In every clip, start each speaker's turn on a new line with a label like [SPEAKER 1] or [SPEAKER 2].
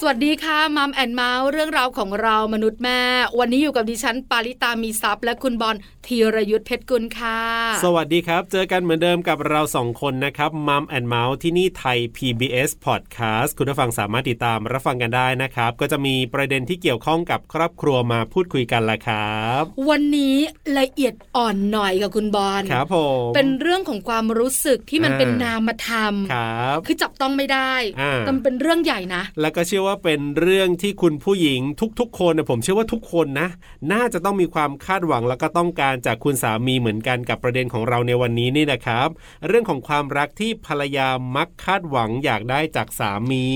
[SPEAKER 1] สวัสดีค่ะมัมแอนเมาส์เรื่องราวของเรามนุษย์แม่ วันนี้อยู่กับดิฉันปาริตามีซัพย์และคุณบอลธีรยุทธเพชรกุลค่ะ
[SPEAKER 2] สวัสดีครับ เจอกันเหมือนเดิมกับเราสองคนนะครับมัมแอนเมาส์ที่นี่ไทย PBS Podcast คุณผู้ฟังสามารถติดตามรับฟังกันได้นะครับ ก็จะมีประเด็นที่เกี่ยวข้องกับครอบครัวมาพูดคุยกันละครับ
[SPEAKER 1] วันนี้ละเอียดอ่อนหน่อยกับคุณบอล
[SPEAKER 2] ครับผม
[SPEAKER 1] เป็นเรื่องของความรู้สึกที่มัน
[SPEAKER 2] อ่า
[SPEAKER 1] เป็นนามธรรม
[SPEAKER 2] ครับ
[SPEAKER 1] คือจับต้องไม่ได้
[SPEAKER 2] อ่า
[SPEAKER 1] แต่มันเป็นเรื่องใหญ่นะ
[SPEAKER 2] แล้วก็เชื่อว่าเป็นเรื่องที่คุณผู้หญิงทุกๆ คนนะผมเชื่อว่าทุกคนนะ น่าจะต้องมีความคาดหวังแล้วก็ต้องการจากคุณสามีเหมือนกันกับประเด็นของเราในวันนี้นี่นะครับ เรื่องของความรักที่ภรรยามักคาดหวังอยากได้จากสามี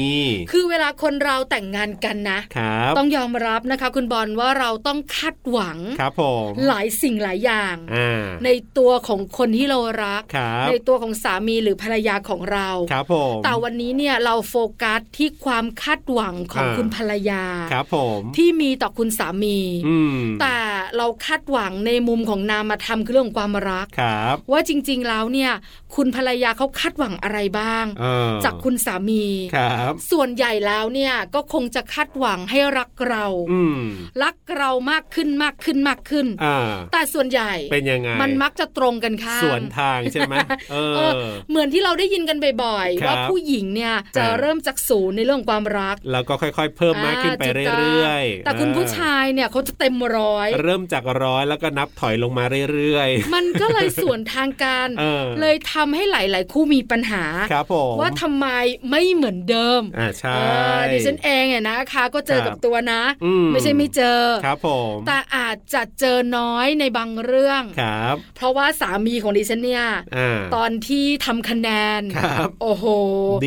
[SPEAKER 1] คือเวลาคนเราแต่งงานกันนะ
[SPEAKER 2] ครับ
[SPEAKER 1] ต้องยอมรับนะคะ คุณบอลว่าเราต้องคาดหวัง
[SPEAKER 2] ครับผม
[SPEAKER 1] หลายสิ่งหลายอย่าง
[SPEAKER 2] อ่า
[SPEAKER 1] ในตัวของคนที่เรารัก
[SPEAKER 2] ครับ
[SPEAKER 1] ในตัวของสามีหรือภรรยาของเรา
[SPEAKER 2] ครับผม
[SPEAKER 1] แต่วันนี้เนี่ยเราโฟกัสที่ความคาดหวังของคุณภรรยา
[SPEAKER 2] ครับผม
[SPEAKER 1] ที่มีต่อคุณสามี
[SPEAKER 2] อืม
[SPEAKER 1] แต่เราคาดหวังในมุมของนามธรรมคือเรื่องของความรัก
[SPEAKER 2] ครับ
[SPEAKER 1] ว่าจริงๆแล้วเนี่ยคุณภรรยาเขาคาดหวังอะไรบ้าง
[SPEAKER 2] เออ
[SPEAKER 1] จากคุณสามี
[SPEAKER 2] ครับ
[SPEAKER 1] ส่วนใหญ่แล้วเนี่ยก็คงจะคาดหวังให้รักเรา
[SPEAKER 2] อืม
[SPEAKER 1] รักเรามากขึ้นมากขึ้นมากขึ้น
[SPEAKER 2] อ่า
[SPEAKER 1] แต่ส่วนใหญ่
[SPEAKER 2] เป็นยังไง
[SPEAKER 1] มันมักจะตรงกันข้าม
[SPEAKER 2] สวนทางใช่ไหมเอ
[SPEAKER 1] เอ
[SPEAKER 2] อ
[SPEAKER 1] อเหมือนที่เราได้ยินกันบ่อย
[SPEAKER 2] ค
[SPEAKER 1] ๆ
[SPEAKER 2] รับ
[SPEAKER 1] ว่าผู้หญิงเนี่ยจะ
[SPEAKER 2] อ่า
[SPEAKER 1] เริ่มจากศูนย์ในเรื่องความรัก
[SPEAKER 2] แล้วก็ค่อยๆ เพิ่มมากขึ้นไป
[SPEAKER 1] จุด
[SPEAKER 2] เรื่อยๆ
[SPEAKER 1] แต่คุณ
[SPEAKER 2] อ่
[SPEAKER 1] ผู้ชายเนี่ยเขาจะเต็มร้อย
[SPEAKER 2] เริ่มจากร้อยแล้วก็นับถอยลงมาเรื่อยๆ
[SPEAKER 1] มันก็เลยสวนทางกัน
[SPEAKER 2] เออ
[SPEAKER 1] เลยทำให้หลาย ๆ คู่มีปัญหา
[SPEAKER 2] ครับผม
[SPEAKER 1] ว่าทำไมไม่เหมือนเดิม
[SPEAKER 2] อ่าใช่
[SPEAKER 1] เออดิฉันเองเนี่ยนะคะก็เจอ
[SPEAKER 2] ครับ
[SPEAKER 1] กับตัวนะ
[SPEAKER 2] อืม
[SPEAKER 1] ไม่ใช่ไม่เจอ
[SPEAKER 2] ครับผม
[SPEAKER 1] แต่อาจจะเจอน้อยในบางเรื่อง
[SPEAKER 2] ครับ
[SPEAKER 1] เพราะว่าสามีของดิฉันเนี่ย
[SPEAKER 2] อ่า
[SPEAKER 1] ตอนที่ทำคะแนน
[SPEAKER 2] ครับ
[SPEAKER 1] โอ้โห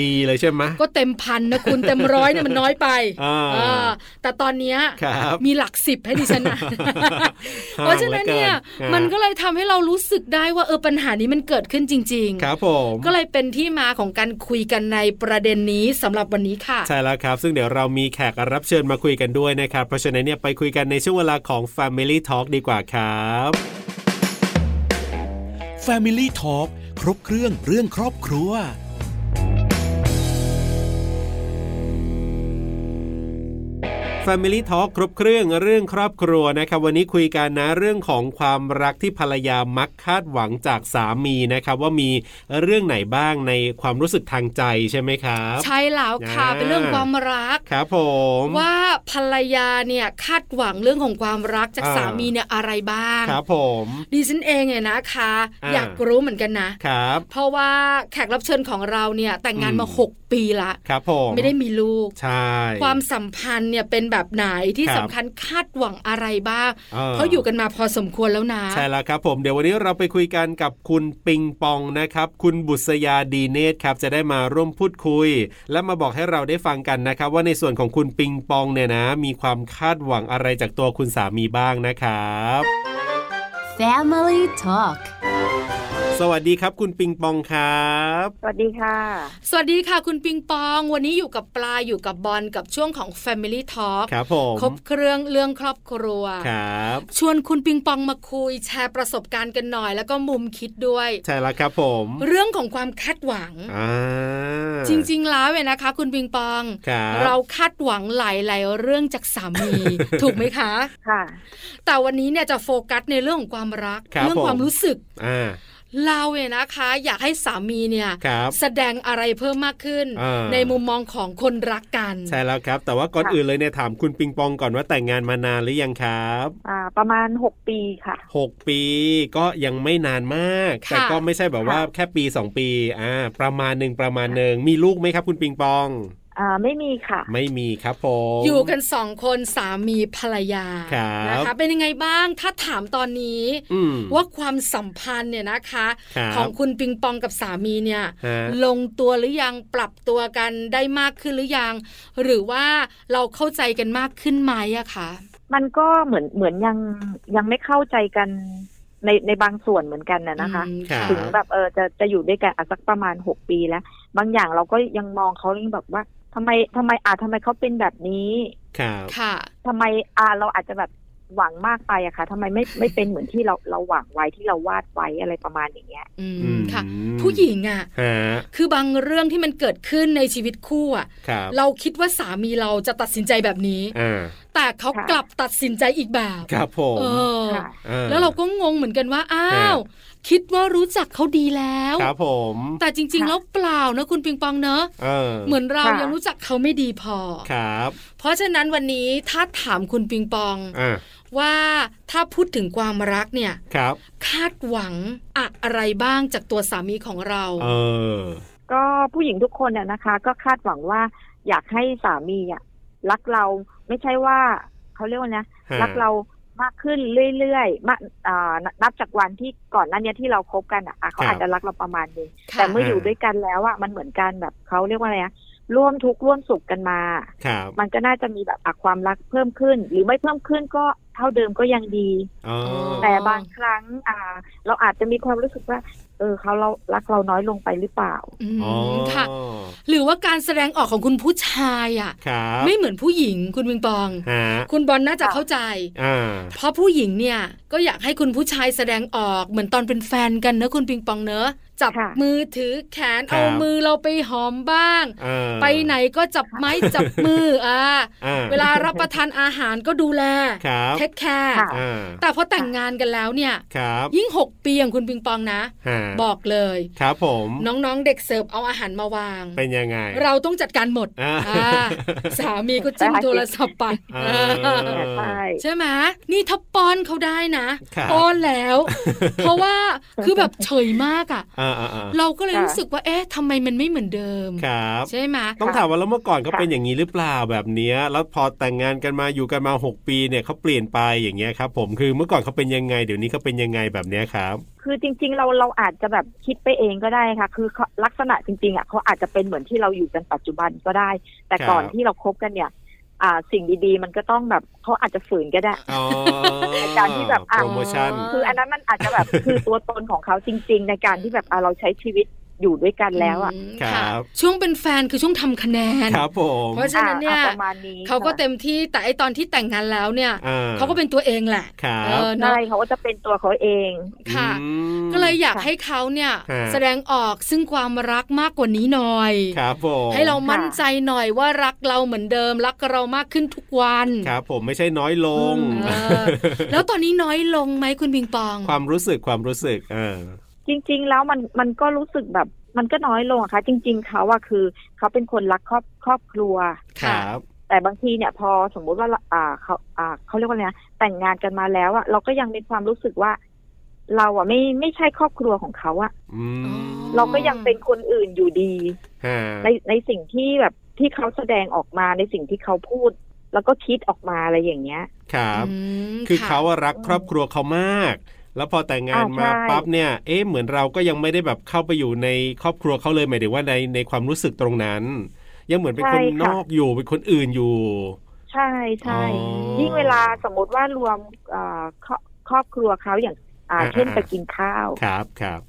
[SPEAKER 2] ดีเลยใช่ไหม
[SPEAKER 1] ก็เต็มพันนะคุณ เต็มร้อยเนี่ยมันน้อยไป
[SPEAKER 2] อ่า
[SPEAKER 1] เออแต่ตอนเนี้ย
[SPEAKER 2] ครับ
[SPEAKER 1] มีหลักสิบให้ดิฉัน นะ เพราะฉะนั้นเนี่ย
[SPEAKER 2] ห่าง
[SPEAKER 1] มัน
[SPEAKER 2] เหลือเกินอ่ามั
[SPEAKER 1] ก็เลยทำให้เรารู้สึกได้ว่าเออปัญหานี้มันเกิดขึ้นจริง
[SPEAKER 2] ครับผม
[SPEAKER 1] ๆ ก็เลยเป็นที่มาของการคุยกันในประเด็นนี้สำหรับวันนี้ค่ะ
[SPEAKER 2] ใช่แล้วครับ ซึ่งเดี๋ยวเรามีแขกรับเชิญมาคุยกันด้วยนะครับ เพราะฉะนั้นเนี่ยไปคุยกันในช่วงเวลาของ Family Talk ดีกว่าครับ
[SPEAKER 3] Family Talk ครบเครื่องเรื่องครอบครัว
[SPEAKER 2] Family Talk ครบเครื่องเรื่องครอบครัวนะครับ วันนี้คุยกันนะเรื่องของความรักที่ภรรยามักคาดหวังจากสามีนะครับ ว่ามีเรื่องไหนบ้างในความรู้สึกทางใจใช่ไหมครับ
[SPEAKER 1] ใช่แล้วค่ะ
[SPEAKER 2] อ่า
[SPEAKER 1] เป็นเรื่องความรัก
[SPEAKER 2] ครับผม
[SPEAKER 1] ว่าภรรยาเนี่ยคาดหวังเรื่องของความรักจาก
[SPEAKER 2] อ่า
[SPEAKER 1] สามีเนี่ยอะไรบ้าง
[SPEAKER 2] ครับผม
[SPEAKER 1] ดิฉันเองเนี่ยนะคะ
[SPEAKER 2] อ่า
[SPEAKER 1] อยากรู้เหมือนกันนะ
[SPEAKER 2] ครับ
[SPEAKER 1] เพราะว่าแขกรับเชิญของเราเนี่ยแต่งงาน
[SPEAKER 2] อืม
[SPEAKER 1] มา 6 ปีละ
[SPEAKER 2] ครับผม
[SPEAKER 1] ไม่ได้มีลูก
[SPEAKER 2] ใช่
[SPEAKER 1] ความสัมพันธ์เนี่ยเป็นแบบไหนที่
[SPEAKER 2] ครับ
[SPEAKER 1] สำคัญคาดหวังอะไรบ้าง
[SPEAKER 2] เออ
[SPEAKER 1] เพราะอยู่กันมาพอสมควรแล้วนะ
[SPEAKER 2] ใช่แล้วครับผมเดี๋ยววันนี้เราไปคุยกันกับคุณปิงปองนะครับ คุณบุษยาดีเนตรครับ จะได้มาร่วมพูดคุย และมาบอกให้เราได้ฟังกันนะครับ ว่าในส่วนของคุณปิงปองเนี่ยนะ มีความคาดหวังอะไรจากตัวคุณสามีบ้างนะครับ
[SPEAKER 4] Family Talk
[SPEAKER 2] สวัสดีครับ คุณปิงปองครับ
[SPEAKER 5] สวัสดีค่ะ
[SPEAKER 1] สวัสดีค่ะคุณปิงปอง วันนี้อยู่กับปลาอยู่กับบอลกับช่วงของ Family Talk
[SPEAKER 2] ครับผม
[SPEAKER 1] ครบเครื่องเรื่องครอบครัว
[SPEAKER 2] ครับ
[SPEAKER 1] ชวนคุณปิงปองมาคุยแชร์ประสบการณ์กันหน่อย แล้วก็มุมคิดด้วย
[SPEAKER 2] ใช่แล้วครับผม
[SPEAKER 1] เรื่องของความคาดหวัง
[SPEAKER 2] อ่า
[SPEAKER 1] จริงๆ แล้วเนี่ยนะคะ คุณปิงปอง
[SPEAKER 2] ครับ
[SPEAKER 1] เราคาดหวังหลายๆเรื่องจากสามี ถูกไหมคะ
[SPEAKER 5] ค่ะ
[SPEAKER 1] แต่วันนี้เนี่ยจะโฟกัสในเรื่องของความรัก
[SPEAKER 2] ครับ
[SPEAKER 1] เรื่อง
[SPEAKER 2] ผม
[SPEAKER 1] ความรู้สึก
[SPEAKER 2] อ่า
[SPEAKER 1] เราเนี่ยนะคะ อยากให้สามีเนี่ย
[SPEAKER 2] ครับ
[SPEAKER 1] แสดงอะไรเพิ่มมากขึ้น
[SPEAKER 2] อ่า
[SPEAKER 1] ในมุมมองของคนรักกัน
[SPEAKER 2] ใช่แล้วครับ แต่ว่าก่อน
[SPEAKER 5] ค่ะ
[SPEAKER 2] อื่นเลยเนี่ยถามคุณปิงปองก่อนว่าแต่งงานมานานหรือยังครับ
[SPEAKER 5] อ่า ประมาณหกปีค่ะ
[SPEAKER 2] หกปีก็ยังไม่นานมาก
[SPEAKER 1] ค่ะ
[SPEAKER 2] แต่ก็ไม่ใช่แบบว่าแค่ปีสองปีอ่าประมาณหนึ่งประมาณหนึ่งมีลูกไหมครับ คุณปิงปอง
[SPEAKER 5] อ่า ไม่มีค่ะ
[SPEAKER 2] ไม่มีครับผม
[SPEAKER 1] อยู่กันสองคนสามีภรรยา
[SPEAKER 2] คร
[SPEAKER 1] นะ
[SPEAKER 2] ับ
[SPEAKER 1] คะเป็นยังไงบ้างถ้าถามตอนนี้
[SPEAKER 2] อืม
[SPEAKER 1] ว่าความสัมพันธ์เนี่ยนะคะ
[SPEAKER 2] ครับ
[SPEAKER 1] ของคุณปิงปองกับสามีเนี่ย
[SPEAKER 2] ฮะ
[SPEAKER 1] ลงตัวหรือยังปรับตัวกันได้มากขึ้นหรือยัง หรือว่าเราเข้าใจกันมากขึ้นไหมอะคะ
[SPEAKER 5] มันก็เหมือน เหมือนยัง ยังไม่เข้าใจกันใน ในบางส่วนเหมือนกันนะนะคะ
[SPEAKER 1] อืม
[SPEAKER 2] ครับ
[SPEAKER 5] ถึงแบบ เออ จะ จะอยู่ด้วยกันอ่ะสักประมาณหกปีแล้ว บางอย่างเราก็ยังมองเขายังแบบว่าทำไมทำไม อ่าทำไมเขาเป็นแบบนี้
[SPEAKER 2] ครับ
[SPEAKER 1] ค่ะ
[SPEAKER 5] ทำไม อ่า เราอาจจะแบบ หวังมากไปอะค่ะทำไม ไม่ไม่เป็นเหมือนที่เราเราหวังไว้ที่เราวาดไว้อะไรประมาณอย่างเงี้ย
[SPEAKER 1] อืม
[SPEAKER 2] อืม
[SPEAKER 1] ค่ะ ผู้หญิงอ่ะ
[SPEAKER 2] ฮะ
[SPEAKER 1] คือบางเรื่องที่มันเกิดขึ้นในชีวิตคู่อ่ะ
[SPEAKER 2] ครับ
[SPEAKER 1] เราคิดว่าสามีเราจะตัดสินใจแบบนี้
[SPEAKER 2] อ่า
[SPEAKER 1] แต่เขา
[SPEAKER 5] ค่ะ
[SPEAKER 1] กลับตัดสินใจอีกแบบ
[SPEAKER 2] ครับผม
[SPEAKER 1] เออ
[SPEAKER 5] ค่ะ
[SPEAKER 2] อ่
[SPEAKER 1] แล้วเราก็งงเหมือนกันว่า อ้าว คิดว่ารู้จักเขาดีแล้ว
[SPEAKER 2] ครับผม
[SPEAKER 1] แต่จริง ๆ
[SPEAKER 5] ค่ะ
[SPEAKER 1] แล้วเปล่านะคุณปิงปองเนอะ
[SPEAKER 2] เออ
[SPEAKER 1] เหมือนเรา
[SPEAKER 5] ค่ะ
[SPEAKER 1] ยังรู้จักเขาไม่ดีพอ
[SPEAKER 2] ครับ
[SPEAKER 1] เพราะฉะนั้นวันนี้ถ้าถามคุณปิงปอง
[SPEAKER 2] อ่า
[SPEAKER 1] ว่าถ้าพูดถึงความรักเนี่ย
[SPEAKER 2] ครับ
[SPEAKER 1] คาดหวังอะไรบ้างจากตัวสามีของเรา
[SPEAKER 2] เออ
[SPEAKER 5] ก็ผู้หญิงทุกคนน่ะนะคะ ก็คาดหวังว่าอยากให้สามีอะรักเราไม่ใช่ว่าเขาเรียกว่านะ
[SPEAKER 2] ฮะ
[SPEAKER 5] รักเรามากขึ้นเรื่อยๆมาอ่านับจากวันที่ก่อนหน้าเนี้ยที่เราคบกันอะอ่ะเขาอาจจะรักเราประมาณนึง
[SPEAKER 1] ค่ะ
[SPEAKER 5] แต่เมื่ออยู่ด้วยกันแล้วอ่ะมันเหมือนกันแบบเขาเรียกว่าอะไรนะร่วมทุกข์ร่วมสุขกันมา
[SPEAKER 2] ครับ
[SPEAKER 5] มันก็น่าจะมีแบบอ่ะความรักเพิ่มขึ้น หรือไม่เพิ่มขึ้นก็เท่าเดิมก็ยังดี
[SPEAKER 2] อ๋อ
[SPEAKER 5] แต่บางครั้งอ่า เราอาจจะมีความรู้สึกว่า เออเขาเรารักเราน้อยลงไปหรือเปล่า
[SPEAKER 1] อื
[SPEAKER 2] อ๋อ
[SPEAKER 1] มค่ะ หรือว่าการแสดงออกของคุณผู้ชายอ่ะ
[SPEAKER 2] ครับ
[SPEAKER 1] ไม่เหมือนผู้หญิงคุณปิงปอง
[SPEAKER 2] ฮะ
[SPEAKER 1] คุณบอลน่าจะ
[SPEAKER 5] ค่ะ
[SPEAKER 1] เข้าใจ
[SPEAKER 2] อ่า
[SPEAKER 1] เพราะผู้หญิงเนี่ยก็อยากให้คุณผู้ชายแสดงออกเหมือนตอนเป็นแฟนกันเนอะคุณปิงปองเนอะจับ
[SPEAKER 5] ค่ะ
[SPEAKER 1] มือถือแขนเอามือเราไปหอมบ้าง
[SPEAKER 2] เออ
[SPEAKER 1] ไปไหนก็จับไม้จับมืออ่า
[SPEAKER 2] อ่
[SPEAKER 1] เวลารับประทานอาหารก็ดูแล
[SPEAKER 2] ครับ
[SPEAKER 1] เทคแคร์
[SPEAKER 5] ค่ะ
[SPEAKER 2] อ่า
[SPEAKER 1] แต่พอแต่งงานกันแล้วเนี่ย
[SPEAKER 2] ครับ
[SPEAKER 1] ยิ่ง 6 ปีอย่างคุณปิงปองนะ
[SPEAKER 2] ฮะ
[SPEAKER 1] บอกเลย
[SPEAKER 2] ครับผม
[SPEAKER 1] น้องๆเด็กเสิร์ฟเอาอาหารมาวาง
[SPEAKER 2] เป็นยังไง
[SPEAKER 1] เราต้องจัดการหมด
[SPEAKER 2] อ่า
[SPEAKER 1] อ่าสามีก็จิ้มโทรศัพท์ไป
[SPEAKER 2] เออ
[SPEAKER 5] ใช่
[SPEAKER 1] ใช่ไหมนี่ถ้าป้อนเขาได้นะครับ ป้อนแล้ว เพราะว่าคือแบบเฉยมากอ่ะ
[SPEAKER 2] อ่าอ่าอ่า
[SPEAKER 1] เราก็เลยรู้สึกว่าเอ๊ะทำไมมันไม่เหมือนเดิม
[SPEAKER 2] ครับ
[SPEAKER 1] ใช่ไหม
[SPEAKER 2] ต้องถามว่าแล้วเมื่อก่อนเขา
[SPEAKER 5] ค่ะ
[SPEAKER 2] เป็นอย่างนี้หรือเปล่าแบบเนี้ยแล้วพอแต่งงานกันมาอยู่กันมา 6 ปีเนี่ยเขาเปลี่ยนไปอย่างเงี้ยครับผมคือเมื่อก่อนเขาเป็นยังไงเดี๋ยวนี้เขาเป็นยังไงแบบเนี้ยครับ
[SPEAKER 5] คือจริง ๆ เราเราอาจจะแบบคิดไปเองก็ได้ค่ะ คือเขาลักษณะจริงๆอ่ะเขาอาจจะเป็นเหมือนที่เราอยู่กันปัจจุบันก็ได้ แต่ก่อน
[SPEAKER 2] ครับ
[SPEAKER 5] ที่เราคบกันเนี่ย อ่าสิ่งดีๆ มันก็ต้องแบบเขาอาจจะฝืนก็ได้
[SPEAKER 2] อ๋อ
[SPEAKER 5] การที่แบบอ่ะ
[SPEAKER 2] โปรโมชั่น
[SPEAKER 5] คืออันนั้นมันอาจจะ แบบ คือตัวตนของเขาจริง ๆ ในการที่แบบอ่ะเราใช้ชีวิตอยู่ด้วยกันแล้วอ่ะ
[SPEAKER 1] ม
[SPEAKER 2] ครับ
[SPEAKER 1] ะช่วงเป็นแฟนคือช่วงทำคะแนน
[SPEAKER 2] ครับผม
[SPEAKER 1] เพราะฉะนั้นเนี่ย
[SPEAKER 5] อ่ะประมาณนี้
[SPEAKER 1] เขาก็
[SPEAKER 5] ค่ะ
[SPEAKER 1] เต็มที่แต่ไอตอนที่แต่งงานแล้วเนี่ย
[SPEAKER 2] อ่
[SPEAKER 1] เขาก็เป็นตัวเองแหละ
[SPEAKER 2] ครับ
[SPEAKER 1] เออเน
[SPEAKER 5] ใช่
[SPEAKER 1] อะ
[SPEAKER 5] เขาก็จะเป็นตัวเขาเอง
[SPEAKER 1] ค่ะ
[SPEAKER 2] อืม
[SPEAKER 1] ก็เลยอยากให้เขาเนี่ย
[SPEAKER 2] ฮะ
[SPEAKER 1] แสดงออกซึ่งความรักมากกว่านี้หน่อย
[SPEAKER 2] ครับผม
[SPEAKER 1] ให้เรามั่นใจหน่อยว่ารักเราเหมือนเดิม รักเรามากขึ้นทุกวัน
[SPEAKER 2] ครับผมไม่ใช่น้อยลง
[SPEAKER 1] เออแล้วตอนนี้น้อยลงไหมคุณบิงปอง
[SPEAKER 2] ความรู้สึกความรู้สึกเออ
[SPEAKER 5] จริง ๆ แล้วมันมันก็รู้สึกแบบ มันก็น้อยลงอะค่ะ จริง ๆ เขาอะคือเขาเป็นคนรักครอบครอบครัว
[SPEAKER 2] ค
[SPEAKER 1] ค่ะ
[SPEAKER 2] รับ
[SPEAKER 5] แต่บางทีเนี่ยพอสมมุติว่าเราอ่าเขาอ่าเขาเรียกว่าไงนะแต่งงานกันมาแล้วอะเราก็ยังมีความรู้สึกว่า เราอะไม่ไม่ใช่ครอบครัวของเขาอะ
[SPEAKER 2] อืม
[SPEAKER 1] อ๋อ
[SPEAKER 5] เราก็ยังเป็นคนอื่นอยู่ดี
[SPEAKER 2] ฮะ
[SPEAKER 5] ในในสิ่งที่แบบที่เขาแสดงออกมาในสิ่งที่เขาพูด แล้วก็คิดออกมาอะไรอย่างเงี้ย
[SPEAKER 2] ครับ
[SPEAKER 1] อืม
[SPEAKER 2] คือ
[SPEAKER 1] ค่ะ
[SPEAKER 2] เขาอะรักครอบครัวเขามาก แล้วพอแต่งงาน
[SPEAKER 5] อ่า
[SPEAKER 2] มา
[SPEAKER 5] ใช่
[SPEAKER 2] ปั๊บเนี่ย เอ๊ะเหมือนเราก็ยังไม่ได้แบบเข้าไปอยู่ในครอบครัวเขาเลยหมายถึงว่าในในความรู้สึกตรงนั้น ยังเหมือนเป็นคนนอกอยู่เป็นคนอื่นอยู่
[SPEAKER 5] ใช่ใช่
[SPEAKER 2] อ๋อ
[SPEAKER 5] ยิ่งเวลาสมมติว่ารวมอ่าครอบครอบครัวเขาอย่างอ่า
[SPEAKER 2] อ่า
[SPEAKER 5] เช่น
[SPEAKER 2] อ่า
[SPEAKER 5] ไปกินข้าว
[SPEAKER 2] ครับครับ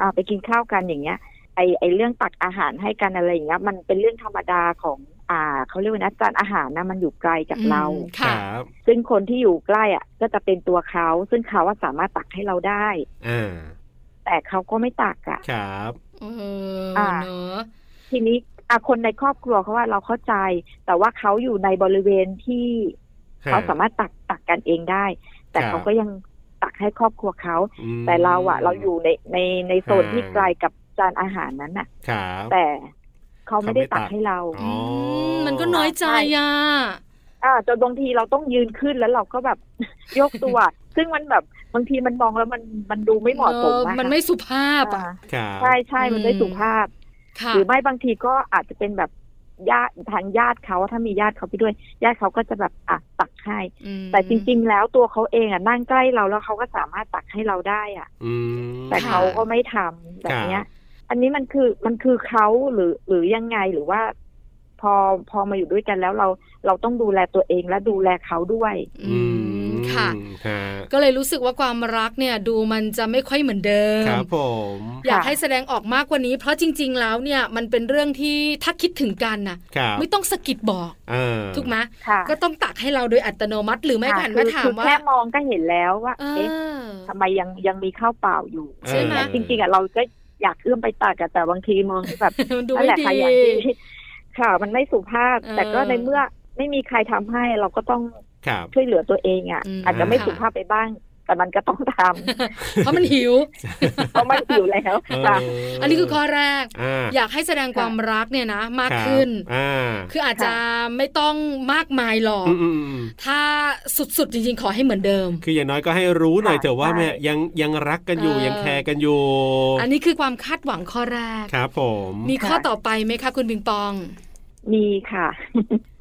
[SPEAKER 5] อ่าไปกินข้าวกันอย่างเงี้ยไอไอเรื่องตักอาหารให้กันอะไรอย่างเงี้ยมันเป็นเรื่องธรรมดาของอ่าเขาเรียกว่านะจานอาหารนะมันอยู่ไกลจากเรา
[SPEAKER 1] อืม
[SPEAKER 2] ค
[SPEAKER 1] ค่ะ
[SPEAKER 2] รับ
[SPEAKER 5] ซึ่งคนที่อยู่ใกล้อ่ะก็จะเป็นตัวเขาซึ่งเขาว่าสามารถตักให้เราได้
[SPEAKER 2] อ่า
[SPEAKER 5] แต่เขาก็ไม่ตักอ่ะ
[SPEAKER 2] ครับ
[SPEAKER 1] เออ
[SPEAKER 5] ค่ะ
[SPEAKER 1] เนอะ
[SPEAKER 5] ทีนี้อ่ะคนในครอบครัวเขาว่าเราเข้าใจ แต่ว่าเขาอยู่ในบริเวณที่เขาสามารถตักตักกันเองได้ แต่
[SPEAKER 2] ครับ
[SPEAKER 5] เขาก็ยังตักให้ครอบครัวเขา
[SPEAKER 2] อืม
[SPEAKER 5] แต่เราอ่ะ เราอยู่ในในในโซน
[SPEAKER 2] อ่า
[SPEAKER 5] ที่ไกลกับจานอาหารนั้นอ่ะ
[SPEAKER 2] ครับ
[SPEAKER 5] แต่เขาไม่ได้ตัก
[SPEAKER 2] เขาไม่ตัก
[SPEAKER 5] ให้เรา
[SPEAKER 2] อ๋อ
[SPEAKER 1] มมันก็น้อยใจอ่ะ
[SPEAKER 5] อ่าจนบางทีเราต้องยืนขึ้นแล้วเราก็แบบ ยกตัว ซึ่งมันแบบบางทีมันมองแล้วมันมันดูไม่เหมาะสม
[SPEAKER 1] เออ
[SPEAKER 5] อะ
[SPEAKER 1] มันไม่สุภาพอ่ะ
[SPEAKER 5] อ่า
[SPEAKER 2] ครับ
[SPEAKER 5] ใช่ใช่มันไม่
[SPEAKER 1] อืม
[SPEAKER 5] สุภาพ
[SPEAKER 1] ค่ะ
[SPEAKER 5] หรือไม่บางทีก็อาจจะเป็นแบบญาติทางญาติเขาถ้ามีญาติเขาไปด้วย ญาติเขาก็จะแบบอ่ะตักให้
[SPEAKER 1] อืม
[SPEAKER 5] แต่จริง ๆ แล้วตัวเขาเองอ่ะนั่งใกล้เราแล้วเขาก็สามารถตักให้เราได้อ่ะ
[SPEAKER 2] อืม
[SPEAKER 5] แต่เขาก็ไม่ทำแบบเนี้
[SPEAKER 2] ค
[SPEAKER 5] ย
[SPEAKER 2] รับ
[SPEAKER 5] อันนี้มันคือมันคือเขาหรือหรือยังไงหรือว่า พอพอมาอยู่ด้วยกันแล้วเราเราต้องดูแลตัวเองและดูแลเขาด้วย
[SPEAKER 1] อืม ค่ะ
[SPEAKER 2] อืมฮะ
[SPEAKER 1] ก็เลยรู้สึกว่าความรักเนี่ยดูมันจะไม่ค่อยเหมือนเดิม
[SPEAKER 2] ครับผม
[SPEAKER 1] อยากให้แสดงออกมากกว่านี้ เพราะจริง ๆ แล้วเนี่ยมันเป็นเรื่องที่ถ้าคิดถึงกันน่ะ
[SPEAKER 2] ครับ
[SPEAKER 1] ไม่ต้องสะกิดบอก
[SPEAKER 2] อ่า
[SPEAKER 1] ถูกไหม
[SPEAKER 5] ค่ะ
[SPEAKER 1] ก็ต้องตักให้เราโดยอัตโนมัติหรือไม่ผ่านมา
[SPEAKER 5] ค่ะคือ
[SPEAKER 1] ถา
[SPEAKER 5] คื
[SPEAKER 1] ม
[SPEAKER 5] อ
[SPEAKER 1] ว่า
[SPEAKER 5] แค่มองก็เห็นแล้วว่า
[SPEAKER 1] เอ
[SPEAKER 5] เอ๊ะ
[SPEAKER 1] อ
[SPEAKER 5] ทำไมยังยังมีข้าวเปล่าอยู่
[SPEAKER 1] ใช่ไหม
[SPEAKER 5] จริงๆอ่ะเราก็อยากเอื้อมไปตักอะแต่บางทีมองแบบ
[SPEAKER 1] มันดู
[SPEAKER 5] นั่
[SPEAKER 1] ไม่
[SPEAKER 5] นแหละ
[SPEAKER 1] ดี
[SPEAKER 5] ค่ะอย่างที่ค่ะ มันไม่สุภาพ
[SPEAKER 1] เออ
[SPEAKER 5] แต่ก็ในเมื่อไม่มีใครทำให้เราก็ต้อง
[SPEAKER 2] ครับ
[SPEAKER 5] ช่วยเหลือตัวเองอ่ะ
[SPEAKER 1] อืม
[SPEAKER 5] อาจจะไม่
[SPEAKER 2] ค่ะ
[SPEAKER 5] สุภาพไปบ้าง แต่มันก็ต้องท
[SPEAKER 1] เพราะมันหิว
[SPEAKER 5] ำ เพราะมันอยู่แล้ว
[SPEAKER 2] เออ
[SPEAKER 5] ค่ะ
[SPEAKER 1] อันนี้คือข้อแรก
[SPEAKER 2] อ่า
[SPEAKER 1] อยากให้แสดง
[SPEAKER 5] ค่ะ
[SPEAKER 1] ความรักเนี่ยนะมาก
[SPEAKER 2] ครับ
[SPEAKER 1] ขึ้น
[SPEAKER 2] อ่า
[SPEAKER 1] คืออาจจะไม่ต้องมากมายหรอก
[SPEAKER 2] อืมอืมอืม
[SPEAKER 1] ถ้าสุดๆจริงๆ ขอให้เหมือนเดิม
[SPEAKER 2] คืออย่างน้อยก็ให้รู้หน่อย
[SPEAKER 5] ค่ะ
[SPEAKER 2] เถอะว่า
[SPEAKER 5] ใช่
[SPEAKER 2] แม่ยังยังรักกันอยู่
[SPEAKER 1] เออ
[SPEAKER 2] ยังแคร์กันอยู่
[SPEAKER 1] อันนี้คือความคาดหวังข้อแรก
[SPEAKER 2] ครับผม
[SPEAKER 1] มีข้อ
[SPEAKER 5] ค่ะ
[SPEAKER 1] ต่อไปไหมคะคุณบิงปอง
[SPEAKER 5] มีค่ะ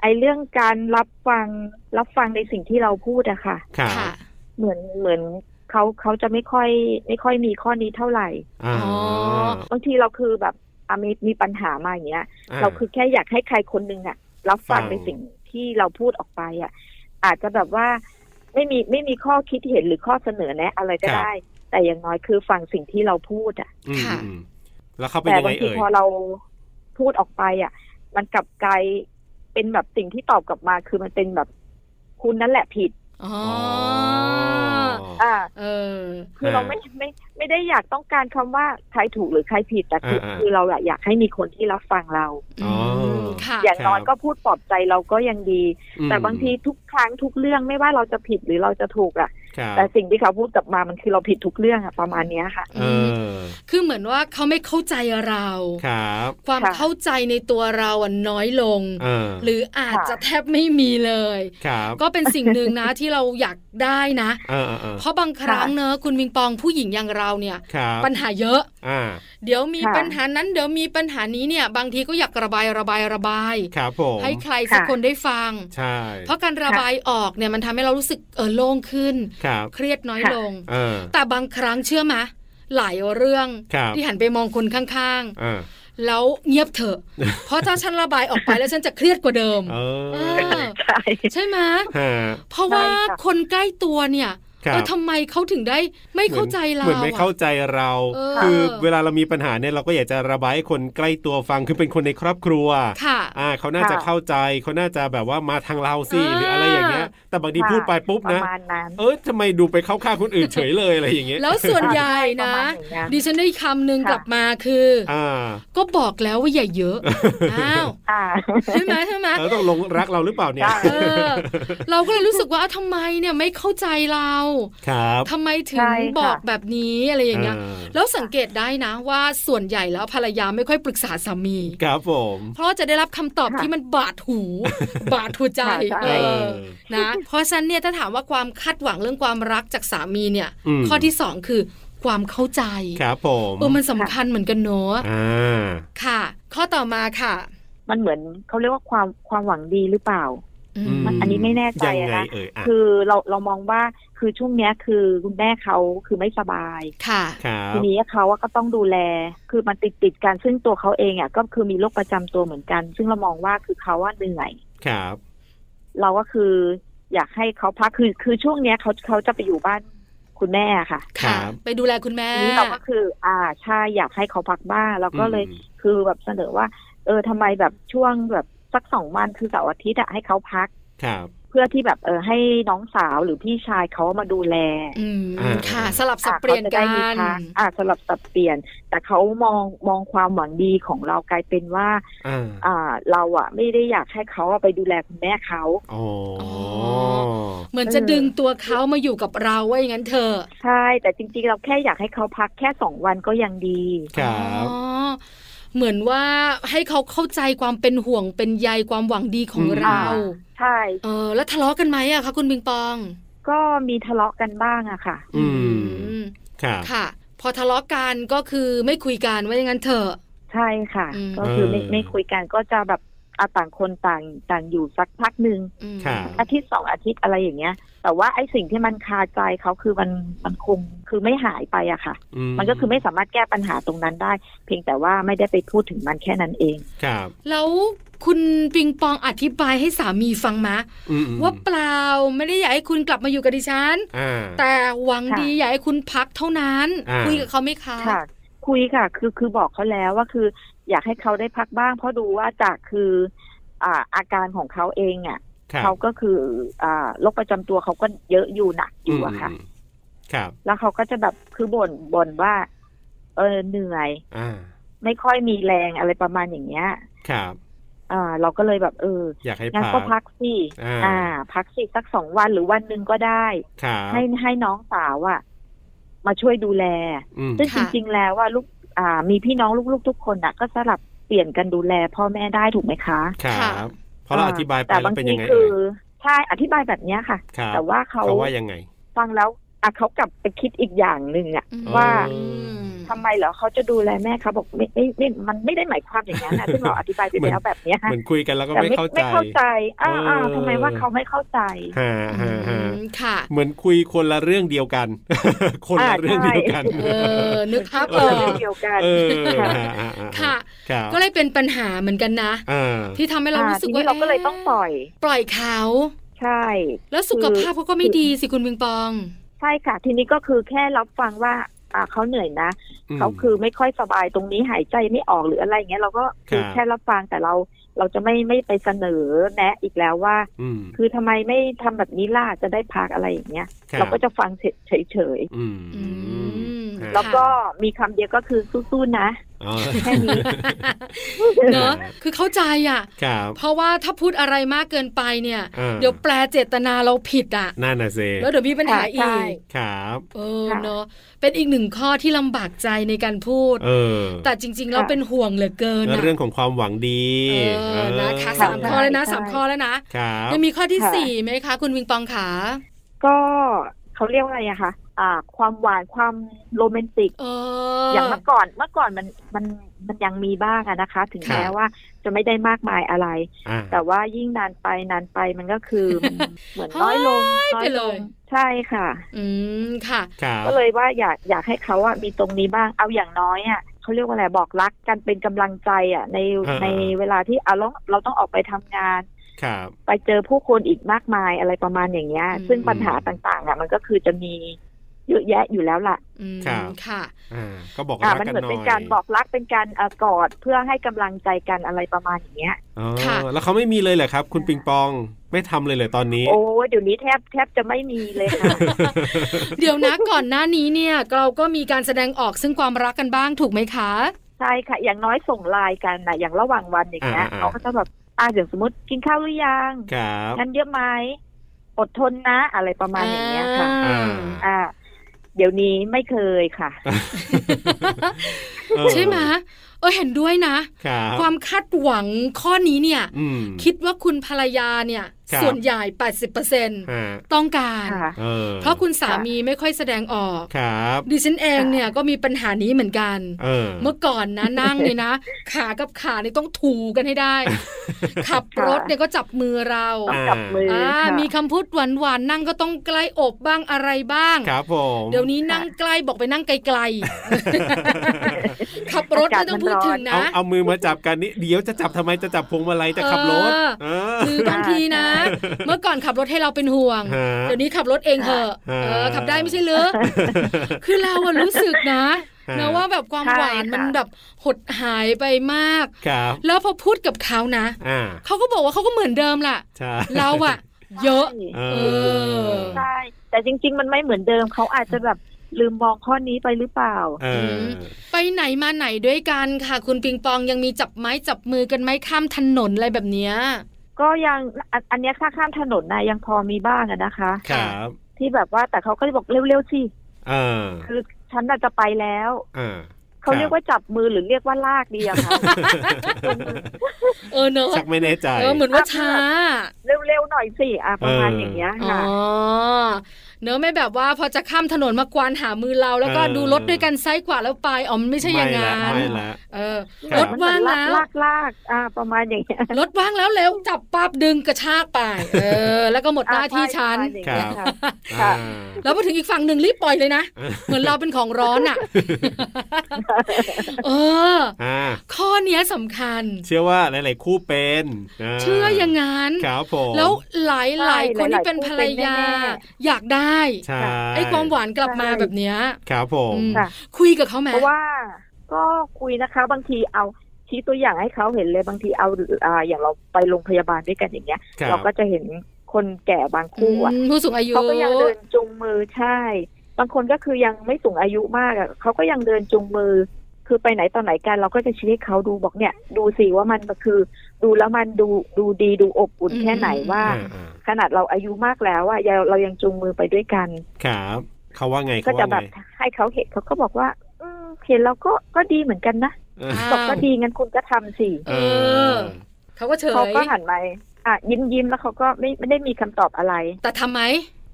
[SPEAKER 5] ไอเรื่องการรับฟังรับฟังในสิ่งที่เราพูดอะค่ะ
[SPEAKER 2] ค่ะ
[SPEAKER 1] ค่ะ
[SPEAKER 5] เหมือนเหมือนเขาเขาจะไม่ค่อย ไม่ค่อยมีข้อนี้เท่าไหร่
[SPEAKER 2] อ่า
[SPEAKER 1] อ๋อ
[SPEAKER 5] บางทีเราคือแบบอ่ะมีมีปัญหามาอย่างเงี้ย เราคือแค่อยากให้ใครคนหนึ่งอะรับฟัง
[SPEAKER 2] ฟัง
[SPEAKER 5] ในสิ่งที่เราพูดออกไปอะอาจจะแบบว่าไม่มีไม่มีข้อคิดเห็นหรือข้อเสนอแนะอะไรก็ได้ แต่อย่างน้อยคือฟังสิ่งที่เราพูดอะ
[SPEAKER 2] อืม
[SPEAKER 1] ค่ะ
[SPEAKER 2] อืมแล้วเขาเป็น
[SPEAKER 5] แต่
[SPEAKER 2] ยัง
[SPEAKER 5] บา
[SPEAKER 2] ไง
[SPEAKER 5] งที
[SPEAKER 2] เอ่ย
[SPEAKER 5] พอเราพูดออกไปอะมันกลับกลายเป็นแบบสิ่งที่ตอบกลับมา คือมันเป็นแบบคุณนั่นแหละผิด
[SPEAKER 1] อ๋อ
[SPEAKER 2] อ๋อ
[SPEAKER 5] อ่า
[SPEAKER 1] เออ
[SPEAKER 5] คือเรา
[SPEAKER 2] อ่า
[SPEAKER 5] ไม่ไม่ไม่ได้อยากต้องการคำว่าใครถูกหรือใครผิดแต่คืออา
[SPEAKER 2] ๆ
[SPEAKER 5] คือเราอะอยากให้มีคนที่รับฟังเรา
[SPEAKER 1] อ
[SPEAKER 2] อ๋ออื
[SPEAKER 1] มค่ะ
[SPEAKER 5] อย่างน้อย
[SPEAKER 2] ครับ
[SPEAKER 5] ก็พูดปลอบใจเราก็ยังดี
[SPEAKER 2] อืม
[SPEAKER 5] แต่บางทีทุกครั้งทุกเรื่องไม่ว่าเราจะผิดหรือเราจะถูกอะ่ะ
[SPEAKER 2] ครับ
[SPEAKER 5] แต่สิ่งที่เขาพูดกลับมามันคือเราผิดทุกเรื่องอะประมาณเนี้ยค่ะ
[SPEAKER 2] เออ
[SPEAKER 1] คือเหมือนว่าเขาไม่เข้าใจเรา
[SPEAKER 2] ครับ
[SPEAKER 1] ความ
[SPEAKER 5] ค่ะ
[SPEAKER 1] เข้าใจในตัวเราอะน้อยลง
[SPEAKER 2] เออ
[SPEAKER 1] หรืออาจ
[SPEAKER 5] ค่ะ
[SPEAKER 1] จะแทบไม่มีเลย
[SPEAKER 2] ครับ
[SPEAKER 1] ก็เป็นสิ่งหนึ่งนะ ที่เราอยากได้นะ
[SPEAKER 2] เออเออเออ
[SPEAKER 1] เพราะบางครั้งเนอะคุณมิงปองผู้หญิงอย่างเราเนี่ย
[SPEAKER 2] ครับ
[SPEAKER 1] ปัญหาเยอะ
[SPEAKER 2] อ่า
[SPEAKER 1] เดี๋ยวมี
[SPEAKER 5] ค่ะ
[SPEAKER 1] ปัญหานั้นเดี๋ยวมีปัญหานี้เนี่ย บางทีก็อยากระบายระบายระบาย
[SPEAKER 2] ครับผม
[SPEAKER 1] ให้ใครสัก
[SPEAKER 5] ค่ะ
[SPEAKER 1] คนได้ฟัง
[SPEAKER 2] ใช่
[SPEAKER 1] เพราะการระบายออกเนี่ยมันทำให้เรารู้สึกเออโล่งขึ้น
[SPEAKER 2] ครับ
[SPEAKER 1] เครียดน้อย
[SPEAKER 5] ค่ะ
[SPEAKER 1] ลง
[SPEAKER 2] เออ
[SPEAKER 1] แต่บางครั้งเชื่อไหมหลายเรื่อง
[SPEAKER 2] ครับ
[SPEAKER 1] ที่หันไปมองคนข้าง
[SPEAKER 2] อ่า
[SPEAKER 1] ๆ แล้วเงียบเถอะ เพราะถ้าฉันระบายออกไปแล้วฉันจะเครียดกว่าเดิม
[SPEAKER 2] เออ
[SPEAKER 1] เออ
[SPEAKER 5] ใช่
[SPEAKER 1] ใช่ไหม
[SPEAKER 2] ฮะ
[SPEAKER 1] เพราะว่า
[SPEAKER 5] ใช่ค่ะ
[SPEAKER 1] คนใกล้ตัวเนี่ย
[SPEAKER 2] ครับ
[SPEAKER 1] เออทำไมเขาถึงได้ไม่เข้าใจเรา
[SPEAKER 2] เหมือนไม่
[SPEAKER 1] อะ
[SPEAKER 2] เข้าใจเรา
[SPEAKER 1] เออ
[SPEAKER 2] คือเวลาเรามีปัญหาเนี่ยเราก็อยากจะระบายให้คนใกล้ตัวฟังคือเป็นคนในครอบครัว
[SPEAKER 1] ค่ะ
[SPEAKER 2] อ่าเขาน่าจะ
[SPEAKER 5] ค่ะ
[SPEAKER 2] เข้าใจเขาน่าจะแบบว่ามาทางเราสิ
[SPEAKER 1] อ่า
[SPEAKER 2] หรืออะไรอย่างเงี้ย แต่บางทีพูดไปปุ๊บ
[SPEAKER 5] ประ
[SPEAKER 2] นะ
[SPEAKER 5] มาณนั้น
[SPEAKER 2] เอ้ยทำไมดูไปเข้าข้างคนอื่นเฉยเลยอะไรอย่างเงี้ย
[SPEAKER 1] แล้วส่วนใหญ่นะ
[SPEAKER 5] ประมาณอย่างนั้น
[SPEAKER 1] ดิฉันได้คำหนึ่ง
[SPEAKER 5] ค่ะ
[SPEAKER 1] กลับมาคือ
[SPEAKER 2] อ่า
[SPEAKER 1] ก็บอกแล้วว่าอย่าเยอะ อ้าว
[SPEAKER 5] อ่า
[SPEAKER 1] ใช่ไหมใช่ไหม
[SPEAKER 2] แล้วต้องลงรักเราหรือเปล่าเนี่ย
[SPEAKER 5] ใช่
[SPEAKER 1] เออ เราก็เลยรู้สึกว่าอ้าวทำไมเนี่ยไม่เข้าใจเรา
[SPEAKER 2] ครับ
[SPEAKER 1] ทำไมถึ
[SPEAKER 5] ใช่
[SPEAKER 1] ง
[SPEAKER 5] ค่ะ
[SPEAKER 1] บอกแบบนี้อะไรอย่างเงี้ย
[SPEAKER 2] เออ
[SPEAKER 1] แล้วสังเกตได้นะว่าส่วนใหญ่แล้วภรรยาไม่ค่อยปรึกษาสามี
[SPEAKER 2] ครับผม
[SPEAKER 1] เพราะจะได้รับคำตอบ
[SPEAKER 5] ค่ะ
[SPEAKER 1] ที่มันบาด หู บาดหัวใจ
[SPEAKER 5] ใช่
[SPEAKER 1] เอ
[SPEAKER 2] เอ
[SPEAKER 1] อ
[SPEAKER 2] อ
[SPEAKER 1] นะ เพราะฉะนั้นเนี่ยถ้าถามว่าความคาดหวังเรื่องความรักจากสามีเนี่ย
[SPEAKER 2] อืม
[SPEAKER 1] ข้อที่สองคือความเข้าใจ
[SPEAKER 2] ครับผม
[SPEAKER 1] เออมันสำคัญเหมือนกันเนอะ
[SPEAKER 2] อ่า
[SPEAKER 1] ค่ะ ข้อต่อมาค่ะ
[SPEAKER 5] มันเหมือนเขาเรียกว่าความความหวังดีหรือเปล่า
[SPEAKER 1] อืม
[SPEAKER 5] อันนี้ไม่แน่ใจ
[SPEAKER 2] ยัง
[SPEAKER 5] อะ
[SPEAKER 2] ไง
[SPEAKER 5] นะ
[SPEAKER 2] เอ่ยอ่ะ
[SPEAKER 5] คือเราเรามองว่าคือช่วงเนี้ยคือคุณแม่เขาคือไม่สบาย
[SPEAKER 1] ค่ะ
[SPEAKER 2] ครับ
[SPEAKER 5] ทีนี้เขาอะก็ต้องดูแล คือมันติดติดๆกันซึ่งตัวเขาเองอะก็คือมีโรคประจำตัวเหมือนกัน ซึ่งเรามองว่าคือเขาว่าเหนื่อย
[SPEAKER 2] ครับ
[SPEAKER 5] เราก็คืออยากให้เขาพักคือคือช่วงเนี้ยเขาเขาจะไปอยู่บ้านคุณแม่ค่ะ
[SPEAKER 1] ค่ะ
[SPEAKER 2] ครับ
[SPEAKER 1] ไปดูแลคุณแม่
[SPEAKER 5] ทีนี้เราก็คือ อ่าใช่อยากให้เขาพักบ้างเราก็เลย
[SPEAKER 2] อืม
[SPEAKER 5] คือแบบเสนอว่า เออทำไมแบบช่วงแบบสักสองวันคือเสาร์อาทิตย์อะให้เขาพัก
[SPEAKER 2] ครับ
[SPEAKER 5] เพื่อที่แบบเออให้น้องสาวหรือพี่ชายเขามาดูแล
[SPEAKER 1] อืม
[SPEAKER 2] อ่า
[SPEAKER 1] ค่ะ สลับสับเปลี่ยน
[SPEAKER 5] อ่ะขาจะ
[SPEAKER 1] กัน
[SPEAKER 5] ได้มีทางอ่าสลับสับเปลี่ยน แต่เขามองมองความหวังดีของเรากลายเป็นว่า
[SPEAKER 2] อ่า
[SPEAKER 5] อ่าเราอะไม่ได้อยากให้เขาอะไปดูแลคุณแม่เขา
[SPEAKER 2] อ๋ออ
[SPEAKER 1] อ เหมือนจะ
[SPEAKER 5] เออ
[SPEAKER 1] ดึงตัวเขามาอยู่กับเราว่าอย่างนั้นเถอะ
[SPEAKER 5] ใช่ แต่จริงๆ เราแค่อยากให้เขาพักแค่สองวันก็ยังดี
[SPEAKER 2] ครับ
[SPEAKER 1] อ๋อ เหมือนว่าให้เขาเข้าใจความเป็นห่วงเป็นใยความหวังดีของ
[SPEAKER 2] อืม
[SPEAKER 1] เรา
[SPEAKER 5] ใช่
[SPEAKER 1] เออ แล้วทะเลาะกันไหมอะคะคุณบิงปอง
[SPEAKER 5] ก็มีทะเลาะกันบ้างอะค่ะ
[SPEAKER 2] อืม
[SPEAKER 1] ม
[SPEAKER 2] ครับ
[SPEAKER 1] ค่ะ พอทะเลาะกันก็คือไม่คุยกันว่าอย่างนั้นเถอะ
[SPEAKER 5] ใช่ค่ะ
[SPEAKER 1] อืม
[SPEAKER 5] ก็คือไม่
[SPEAKER 2] เออ
[SPEAKER 5] ไม่คุยกันก็จะแบบ อ่ะต่างคนต่างต่างอยู่สักพักหนึ่ง
[SPEAKER 1] อืม
[SPEAKER 2] ครับ
[SPEAKER 5] อาทิตย์สองอาทิตย์อะไรอย่างเงี้ย แต่ว่าไอ้สิ่งที่มันคาใจเขาคือมันมันคงคือไม่หายไปอะค่ะ มันก็คือไม่สามารถแก้ปัญหาตรงนั้นได้ เพียงแต่ว่าไม่ได้ไปพูดถึงมันแค่นั้นเอง
[SPEAKER 2] ครับ
[SPEAKER 1] แล้วคุณปิงปองอธิบายให้สามีฟังมา
[SPEAKER 2] อืมอืม
[SPEAKER 1] ว่าเปล่าไม่ได้อยากให้คุณกลับมาอยู่กับดิฉัน
[SPEAKER 2] อ่า
[SPEAKER 1] แต่หวัง
[SPEAKER 5] ค่ะ
[SPEAKER 1] ดีอยากให้คุณพักเท่านั้น
[SPEAKER 2] อ่า
[SPEAKER 1] คุยกับเขาไหมคะ
[SPEAKER 5] ค่ะ คุยค่ะ คือคือบอกเขาแล้วว่าคือ อยากให้เขาได้พักบ้าง เพราะดูว่าจากคืออ่าอาการของเขาเองอ่ะ
[SPEAKER 2] ครับ
[SPEAKER 5] เขาก็คืออ่าโรคประจำตัวเขาก็เยอะอยู่หนักอยู่อะค่ะ
[SPEAKER 2] มมครับ
[SPEAKER 5] แล้วเขาก็จะแบบคือบ่นบ่นว่า เออเหนื่อย
[SPEAKER 2] อ่า
[SPEAKER 5] ไม่ค่อยมีแรงอะไรประมาณอย่างเงี้ย
[SPEAKER 2] ครับ
[SPEAKER 5] อ่าเราก็เลยแบบ เออ
[SPEAKER 2] อยากให้
[SPEAKER 5] งั้นก็พักสิ
[SPEAKER 2] อ่า
[SPEAKER 5] พักสิสักสองวันหรือวันหนึ่งก็ได้
[SPEAKER 2] ครับ
[SPEAKER 5] ให้ให้น้องสาวอะมาช่วยดูแล
[SPEAKER 2] อืม
[SPEAKER 5] ซึ่งจริงๆ แล้วว่าลูกอ่า มีพี่น้องลูกๆ ทุกคนน่ะ ก็สลับเปลี่ยนกันดูแลพ่อแม่ได้ถูกไหมคะ
[SPEAKER 2] ครับเพราะเราอธิบายไป
[SPEAKER 5] แต่
[SPEAKER 2] แล้
[SPEAKER 5] บาว ง
[SPEAKER 2] เป็น
[SPEAKER 5] ที
[SPEAKER 2] ยังไง
[SPEAKER 5] คื
[SPEAKER 2] เอ่ย
[SPEAKER 5] อใช่อธิบายแบบเนี้ยค่ะ
[SPEAKER 2] ครับ
[SPEAKER 5] แต่ว่าเขา
[SPEAKER 2] เขาว่ายังไง
[SPEAKER 5] ฟังแล้วอ่ะเขากลับไปคิดอีกอย่างหนึ่งอะ
[SPEAKER 1] อืม
[SPEAKER 5] ว่า
[SPEAKER 1] อืม
[SPEAKER 5] ทำไมเหรอเขาจะดูแลแม่เขาบอกไม่ไม่ไม่มันไม่ได้หมายความอย่างนั้นนะซึ่งเราอธิบายไปแล้วแบบเนี้ย
[SPEAKER 2] เหมือนคุยกันแล้วก็
[SPEAKER 5] แต่
[SPEAKER 2] ไม่
[SPEAKER 5] ไม่
[SPEAKER 2] เข้าใจ
[SPEAKER 5] ไม่เข้าใจอ้าวอ้าว
[SPEAKER 2] เออ
[SPEAKER 5] ทำไมว่าเขาไม่เข้าใจ
[SPEAKER 2] ฮะฮะฮะ
[SPEAKER 1] อืมค่ะ
[SPEAKER 2] เหมือนคุยคนละเรื่องเดียวกัน คนละ
[SPEAKER 5] อ่า
[SPEAKER 2] เรื่อง
[SPEAKER 5] ใช่
[SPEAKER 2] เดียวกัน
[SPEAKER 1] เออ นึกภาพ
[SPEAKER 5] ค
[SPEAKER 1] อน อ
[SPEAKER 5] ละเรื่อง
[SPEAKER 1] ก
[SPEAKER 5] เดียวกัน
[SPEAKER 2] เออ
[SPEAKER 5] ค่ะ
[SPEAKER 2] ฮะฮะฮะ
[SPEAKER 1] ค่ะ
[SPEAKER 2] ครับ
[SPEAKER 1] ก็เลยเป็นปัญหาเหมือนกันนะ
[SPEAKER 2] อ่า
[SPEAKER 1] ที่ทำให้เรา
[SPEAKER 5] อ่า
[SPEAKER 1] รู้สึ
[SPEAKER 5] ที
[SPEAKER 1] ก
[SPEAKER 5] นี้
[SPEAKER 1] ว่า
[SPEAKER 5] เราก็เลยต้องปล่อย
[SPEAKER 1] ปล่อยเขา
[SPEAKER 5] ใช่
[SPEAKER 1] แล้วสุขภาพเขาก็ไม่ดีสิคุณปิงปอง
[SPEAKER 5] ใช่ค่ะ ทีนี้ก็คือแค่รับฟังว่า อ่าเขาเหนื่อยนะ เขาคือไม่ค่อยสบายตรงนี้หายใจไม่ออกหรืออะไรเงี้ยเราก็คือ
[SPEAKER 2] ครับ
[SPEAKER 5] แค่รับฟังแต่เราเราจะไม่ไม่ไปเสนอแนะอีกแล้วว่า
[SPEAKER 2] อืม
[SPEAKER 5] คือทำไมไม่ทำแบบนี้ล่ะจะได้พักอะไรอย่างเงี้ย
[SPEAKER 2] คบ
[SPEAKER 5] เราก็จะฟังเฉยเฉย
[SPEAKER 2] อืม
[SPEAKER 1] อืม
[SPEAKER 2] ฮะ
[SPEAKER 5] ๆแล้วก็มีคำเดียวก็คือสู้ๆนะ
[SPEAKER 2] อ๋อ
[SPEAKER 5] แค่นี้
[SPEAKER 1] เนอะคือเข้าใจอ่ะ
[SPEAKER 2] ครับ
[SPEAKER 1] เพราะว่าถ้าพูดอะไรมากเกินไปเนี่ย
[SPEAKER 2] อ่า
[SPEAKER 1] เดี๋ยวแปลเจตนาเราผิดอ่ะ
[SPEAKER 2] นั่นน่ะเซ
[SPEAKER 1] แล้วเดี๋ยวมีปัญหาอีก
[SPEAKER 5] ใช่
[SPEAKER 2] ครับ
[SPEAKER 1] เออ
[SPEAKER 5] ค่ะ
[SPEAKER 1] เนอะเป็นอีกหนึ่งข้อที่ลำบากใจในการพูด
[SPEAKER 2] เออ
[SPEAKER 1] แต่จริง ๆ แล้วเป็นห่วงเหลือเกิน
[SPEAKER 2] แล้ว
[SPEAKER 1] นะ
[SPEAKER 2] เรื่องของความหวังดี
[SPEAKER 1] เออนะคะสาม
[SPEAKER 5] ใช่
[SPEAKER 1] ข้อแล้วนะ
[SPEAKER 5] ใช่
[SPEAKER 1] สามข้อแล้วนะครับ ยังมีข้อที่
[SPEAKER 5] ค่ะ
[SPEAKER 1] สี่ไหมคะ คุณวิงปองขา
[SPEAKER 5] ก็เขาเรียกว่าอะไรอะคะอ่า ความหวานความโรแมนติก
[SPEAKER 1] เออ
[SPEAKER 5] อย่างเมื่อก่อนเมื่อก่อนมันมันมันยังมีบ้างอะนะคะ ถึง
[SPEAKER 2] ค่ะ
[SPEAKER 5] แม้ว่าจะไม่ได้มากมายอะไร
[SPEAKER 2] อ่า
[SPEAKER 5] แต่ว่ายิ่งนานไปนานไปมันก็คือ เหมือนน้อยลงน้อ
[SPEAKER 1] ไป
[SPEAKER 5] ย
[SPEAKER 1] เล
[SPEAKER 5] ล
[SPEAKER 1] ย
[SPEAKER 5] งใช่ค่ะ
[SPEAKER 1] อืมค่ะ
[SPEAKER 2] ครับ
[SPEAKER 5] ก็เลยว่าอยากอยากให้เขาอะมีตรงนี้บ้างเอาอย่างน้อยอะเขาเรียกว่าอะไรบอกรักกันเป็นกำลังใจอะในในเวลาที่เอาเราเราต้องออกไปทำงาน
[SPEAKER 2] ครับ
[SPEAKER 5] ไปเจอผู้คนอีกมากมายอะไรประมาณอย่างเงี้ย
[SPEAKER 1] อืม
[SPEAKER 5] ซึ่งปัญหาต่างๆอะมันก็คือจะมีเยอะแยะอยู่แล้วล่ะ
[SPEAKER 1] อืม
[SPEAKER 2] ครับ
[SPEAKER 1] ค่ะ
[SPEAKER 2] อ่า ก็บอก
[SPEAKER 5] อ่ะ
[SPEAKER 2] รัก
[SPEAKER 5] มัน
[SPEAKER 2] กัน
[SPEAKER 5] เหมือน
[SPEAKER 2] หน่อย
[SPEAKER 5] เป็นการบอกรักเป็นการเอ่อกอดเพื่อให้กำลังใจกันอะไรประมาณอย่างเงี้ย
[SPEAKER 2] อ๋อ
[SPEAKER 1] ค่ะ
[SPEAKER 2] แล้วเขาไม่มีเลยเหรอครับ คุณปิงปองไม่ทำเลยเลยตอนนี้
[SPEAKER 5] โอ้ยเดี๋ยวนี้แทบแทบจะไม่มีเลยค่ะ
[SPEAKER 1] เดี๋ยวนะก่อนหน้านี้เนี่ย เราก็มีการแสดงออกซึ่งความรักกันบ้างถูกไหมคะ
[SPEAKER 5] ใช่ค่ะ อย่างน้อยส่งไลน์กันนะอย่างระหว่างวันอย่างเงี้ย
[SPEAKER 2] อ่าๆ
[SPEAKER 5] เขาก็จะแบบอ่าอย่างสมมติกินข้าวหรือยัง
[SPEAKER 2] ครับ
[SPEAKER 5] งานเยอะไหมอดทนนะ อะไรประมาณอย่างเงี้ยค่ะ
[SPEAKER 1] อ่า
[SPEAKER 5] อ่า เดี๋ยวนี้ไม่เคยค่ะ
[SPEAKER 2] เออ
[SPEAKER 1] ใช่ไหมเออเห็นด้วยนะ
[SPEAKER 2] ครับ
[SPEAKER 1] ความคาดหวังข้อนี้เนี่ย
[SPEAKER 2] อืม
[SPEAKER 1] คิดว่าคุณภรรยาเนี่ย
[SPEAKER 2] ครับ
[SPEAKER 1] ส่วนใหญ่ 80%
[SPEAKER 2] ฮะ
[SPEAKER 1] ต้องการ
[SPEAKER 5] ค่ะ
[SPEAKER 2] เออ
[SPEAKER 1] เพราะคุณสามีไม่ค่อยแสดงออก
[SPEAKER 2] ครับ
[SPEAKER 1] ดิฉันเอง
[SPEAKER 5] ค่ะ
[SPEAKER 1] เนี่ยก็มีปัญหานี้เหมือนกัน
[SPEAKER 2] เออ
[SPEAKER 1] เมื่อก่อนนะ นั่งเนี่ยนะ ขากับขาเนี่ยต้องถูกันให้ได้ ขับรถเนี่ยก็จับมือเรา
[SPEAKER 5] ต้องจับมืออ
[SPEAKER 1] อ่า
[SPEAKER 5] ค่ะ
[SPEAKER 1] มีคำพูดหวานๆนั่งก็ต้องใกล้อกบ้างอะไรบ้าง
[SPEAKER 2] ครับผม
[SPEAKER 1] เดี๋ยวนี้นั่งใกล้บอกไปนั่งไกลๆ ขับรถไม่ต้องพูดถึง
[SPEAKER 2] เอา
[SPEAKER 1] นะ
[SPEAKER 2] เอามือมาจับกันนี่เดี๋ยวจะจับทำไมจะจับพวงมาลัยจะขับรถ เออ
[SPEAKER 1] คือบางทีนะ เมื่อก่อนขับรถให้เราเป็นห่วง
[SPEAKER 2] ฮะ
[SPEAKER 1] เดี๋ยวนี้ขับรถเองเหอะ
[SPEAKER 2] ฮะ
[SPEAKER 1] เออขับได้ไม่ใช่เหรือคือเราอะรู้สึกนะ
[SPEAKER 2] ฮะ
[SPEAKER 1] นะว่าแบบความ
[SPEAKER 5] ใช่
[SPEAKER 1] หวาน
[SPEAKER 5] ค่ะ
[SPEAKER 1] มันแบบหดหายไปมาก
[SPEAKER 2] ครับ
[SPEAKER 1] แล้วพอพูดกับเขานะ
[SPEAKER 2] อ่า
[SPEAKER 1] เขาก็บอกว่าเขาก็เหมือนเดิม ล่ะ
[SPEAKER 2] ใช่
[SPEAKER 1] เราอะเยอะ
[SPEAKER 2] เออ
[SPEAKER 5] ใช่ แต่จริง ๆ มันไม่เหมือนเดิมเขาอาจจะแบบลืมมองข้อนี้ไปหรือเปล่า
[SPEAKER 2] เออ
[SPEAKER 1] ไปไหนมาไหนด้วยกันค่ะ คุณปิงปองยังมีจับไม้จับมือกันไหมข้ามถนนอะไรแบบเนี้ย
[SPEAKER 5] ก็ยังอันอันเนี้ยค่าข้ามถนนนะยังพอมีบ้างอะนะคะ
[SPEAKER 2] ครับ
[SPEAKER 5] ที่แบบว่าแต่เขาก็จะบอกเร็วๆสิ
[SPEAKER 2] เออ
[SPEAKER 5] คือฉันน่ะจะไปแล้ว
[SPEAKER 2] อ่า
[SPEAKER 5] เขาเรียกว่าจับมือหรือเรียกว่าลากดี อะคะ
[SPEAKER 1] เออเนอะ
[SPEAKER 2] ชักไม่แน่ใจ
[SPEAKER 1] เออเหมือนว่าช้า
[SPEAKER 5] เร็วๆหน่อยสิอะประมาณอย่างเงี้ย
[SPEAKER 1] อ๋อ
[SPEAKER 5] ค่ะ
[SPEAKER 1] เนอะไม่แบบว่าพอจะข้ามถนนมากวานหามือเรา แล้วก็
[SPEAKER 2] เออ
[SPEAKER 1] ดูรถด้วยกันซ้ายขวาแล้วไปอ๋อมันไม่ใช่อย่าง
[SPEAKER 2] ละ
[SPEAKER 1] นั้น
[SPEAKER 2] ไม่ละ
[SPEAKER 1] เออ
[SPEAKER 2] ครับ
[SPEAKER 1] รถว่าง
[SPEAKER 5] ลา
[SPEAKER 1] แล้
[SPEAKER 5] ก
[SPEAKER 1] ว
[SPEAKER 5] ลากลากอ่า ประมาณอย่างเงี้ย
[SPEAKER 1] รถว่างแล้วเร็วจับปั๊บดึงกระชากไป เออ แล้วก็หมดหน้าที่ฉัน
[SPEAKER 5] อ่าใช่ประมาณอย่างเงี้ย
[SPEAKER 2] ครั
[SPEAKER 5] ค่ะ
[SPEAKER 2] บ
[SPEAKER 5] ค่ะ
[SPEAKER 2] อ่า
[SPEAKER 1] แล้วพอถึงอีกฝั่งหนึ่งรีบปล่อยเลยนะ
[SPEAKER 2] เออ
[SPEAKER 1] เหมือนเราเป็นของร้อนอ่ะ เออ
[SPEAKER 2] อ่า
[SPEAKER 1] ข้อเนี้ยสำคัญ
[SPEAKER 2] เชื่อว่าหลาย ๆ คู่เป็นนะ
[SPEAKER 1] เชื่ออย่างงั้น
[SPEAKER 2] ครับผม
[SPEAKER 1] แล้วหลายห
[SPEAKER 5] ใช่
[SPEAKER 1] ลายคนที่เป็นภรรยา
[SPEAKER 5] หลายๆคู่เป็นแน่
[SPEAKER 1] อยากได้
[SPEAKER 2] ใช่
[SPEAKER 1] ไอ้ความหวานกลับมาแบบเนี้ย
[SPEAKER 2] ครับผม
[SPEAKER 1] อืม
[SPEAKER 5] ค่ะ
[SPEAKER 1] คุยกับเขาไหม
[SPEAKER 5] เพราะว่าก็คุยนะคะบางทีเอาชี้ตัวอย่างให้เขาเห็นเลยบางทีเอาอ่าอย่างเราไปโรงพยาบาลด้วยกันอย่างเงี้ย
[SPEAKER 2] ครับ
[SPEAKER 5] เราก็จะเห็นคนแก่บาง
[SPEAKER 1] อื
[SPEAKER 5] คู่อ่ะ
[SPEAKER 1] มผู้สูงอายุ
[SPEAKER 5] เขาก็ยังเดินจุงมือใช่ บางคนก็คือยังไม่สูงอายุมากอ่ะเขาก็ยังเดินจุงมือ คือไปไหนตอนไหนกันเราก็จะชี้ให้เขาดูบอกเนี่ย ดูสิว่ามันก็คือ ดูแล้วมันดูดูดีดูอบอุ่นแค่ไหนว่า
[SPEAKER 2] อ่าอ่า
[SPEAKER 5] ขนาดเราอายุมากแล้วอ่ะยังเรายังจุงมือไปด้วยกัน
[SPEAKER 2] ครับเขาว่าไง
[SPEAKER 5] ก็
[SPEAKER 2] เขา
[SPEAKER 5] จะ
[SPEAKER 2] ว่า
[SPEAKER 5] แบ
[SPEAKER 2] ไง
[SPEAKER 5] บให้เขาเห็นเขาก็บอกว่า อืมเห็นเราก็ก็ดีเหมือนกันนะ
[SPEAKER 2] เออ
[SPEAKER 1] อ้า
[SPEAKER 5] บอก
[SPEAKER 1] ว
[SPEAKER 5] ก็ดีงั้นคุณก็ทำสิ
[SPEAKER 1] เออ เขาก็เฉย
[SPEAKER 5] เขาก็หันมาอ่ะยิ้มยิ้มๆแล้วเขาก็ไม่ไม่ได้มีคำตอบอะไร
[SPEAKER 1] แต่ทำ ไหม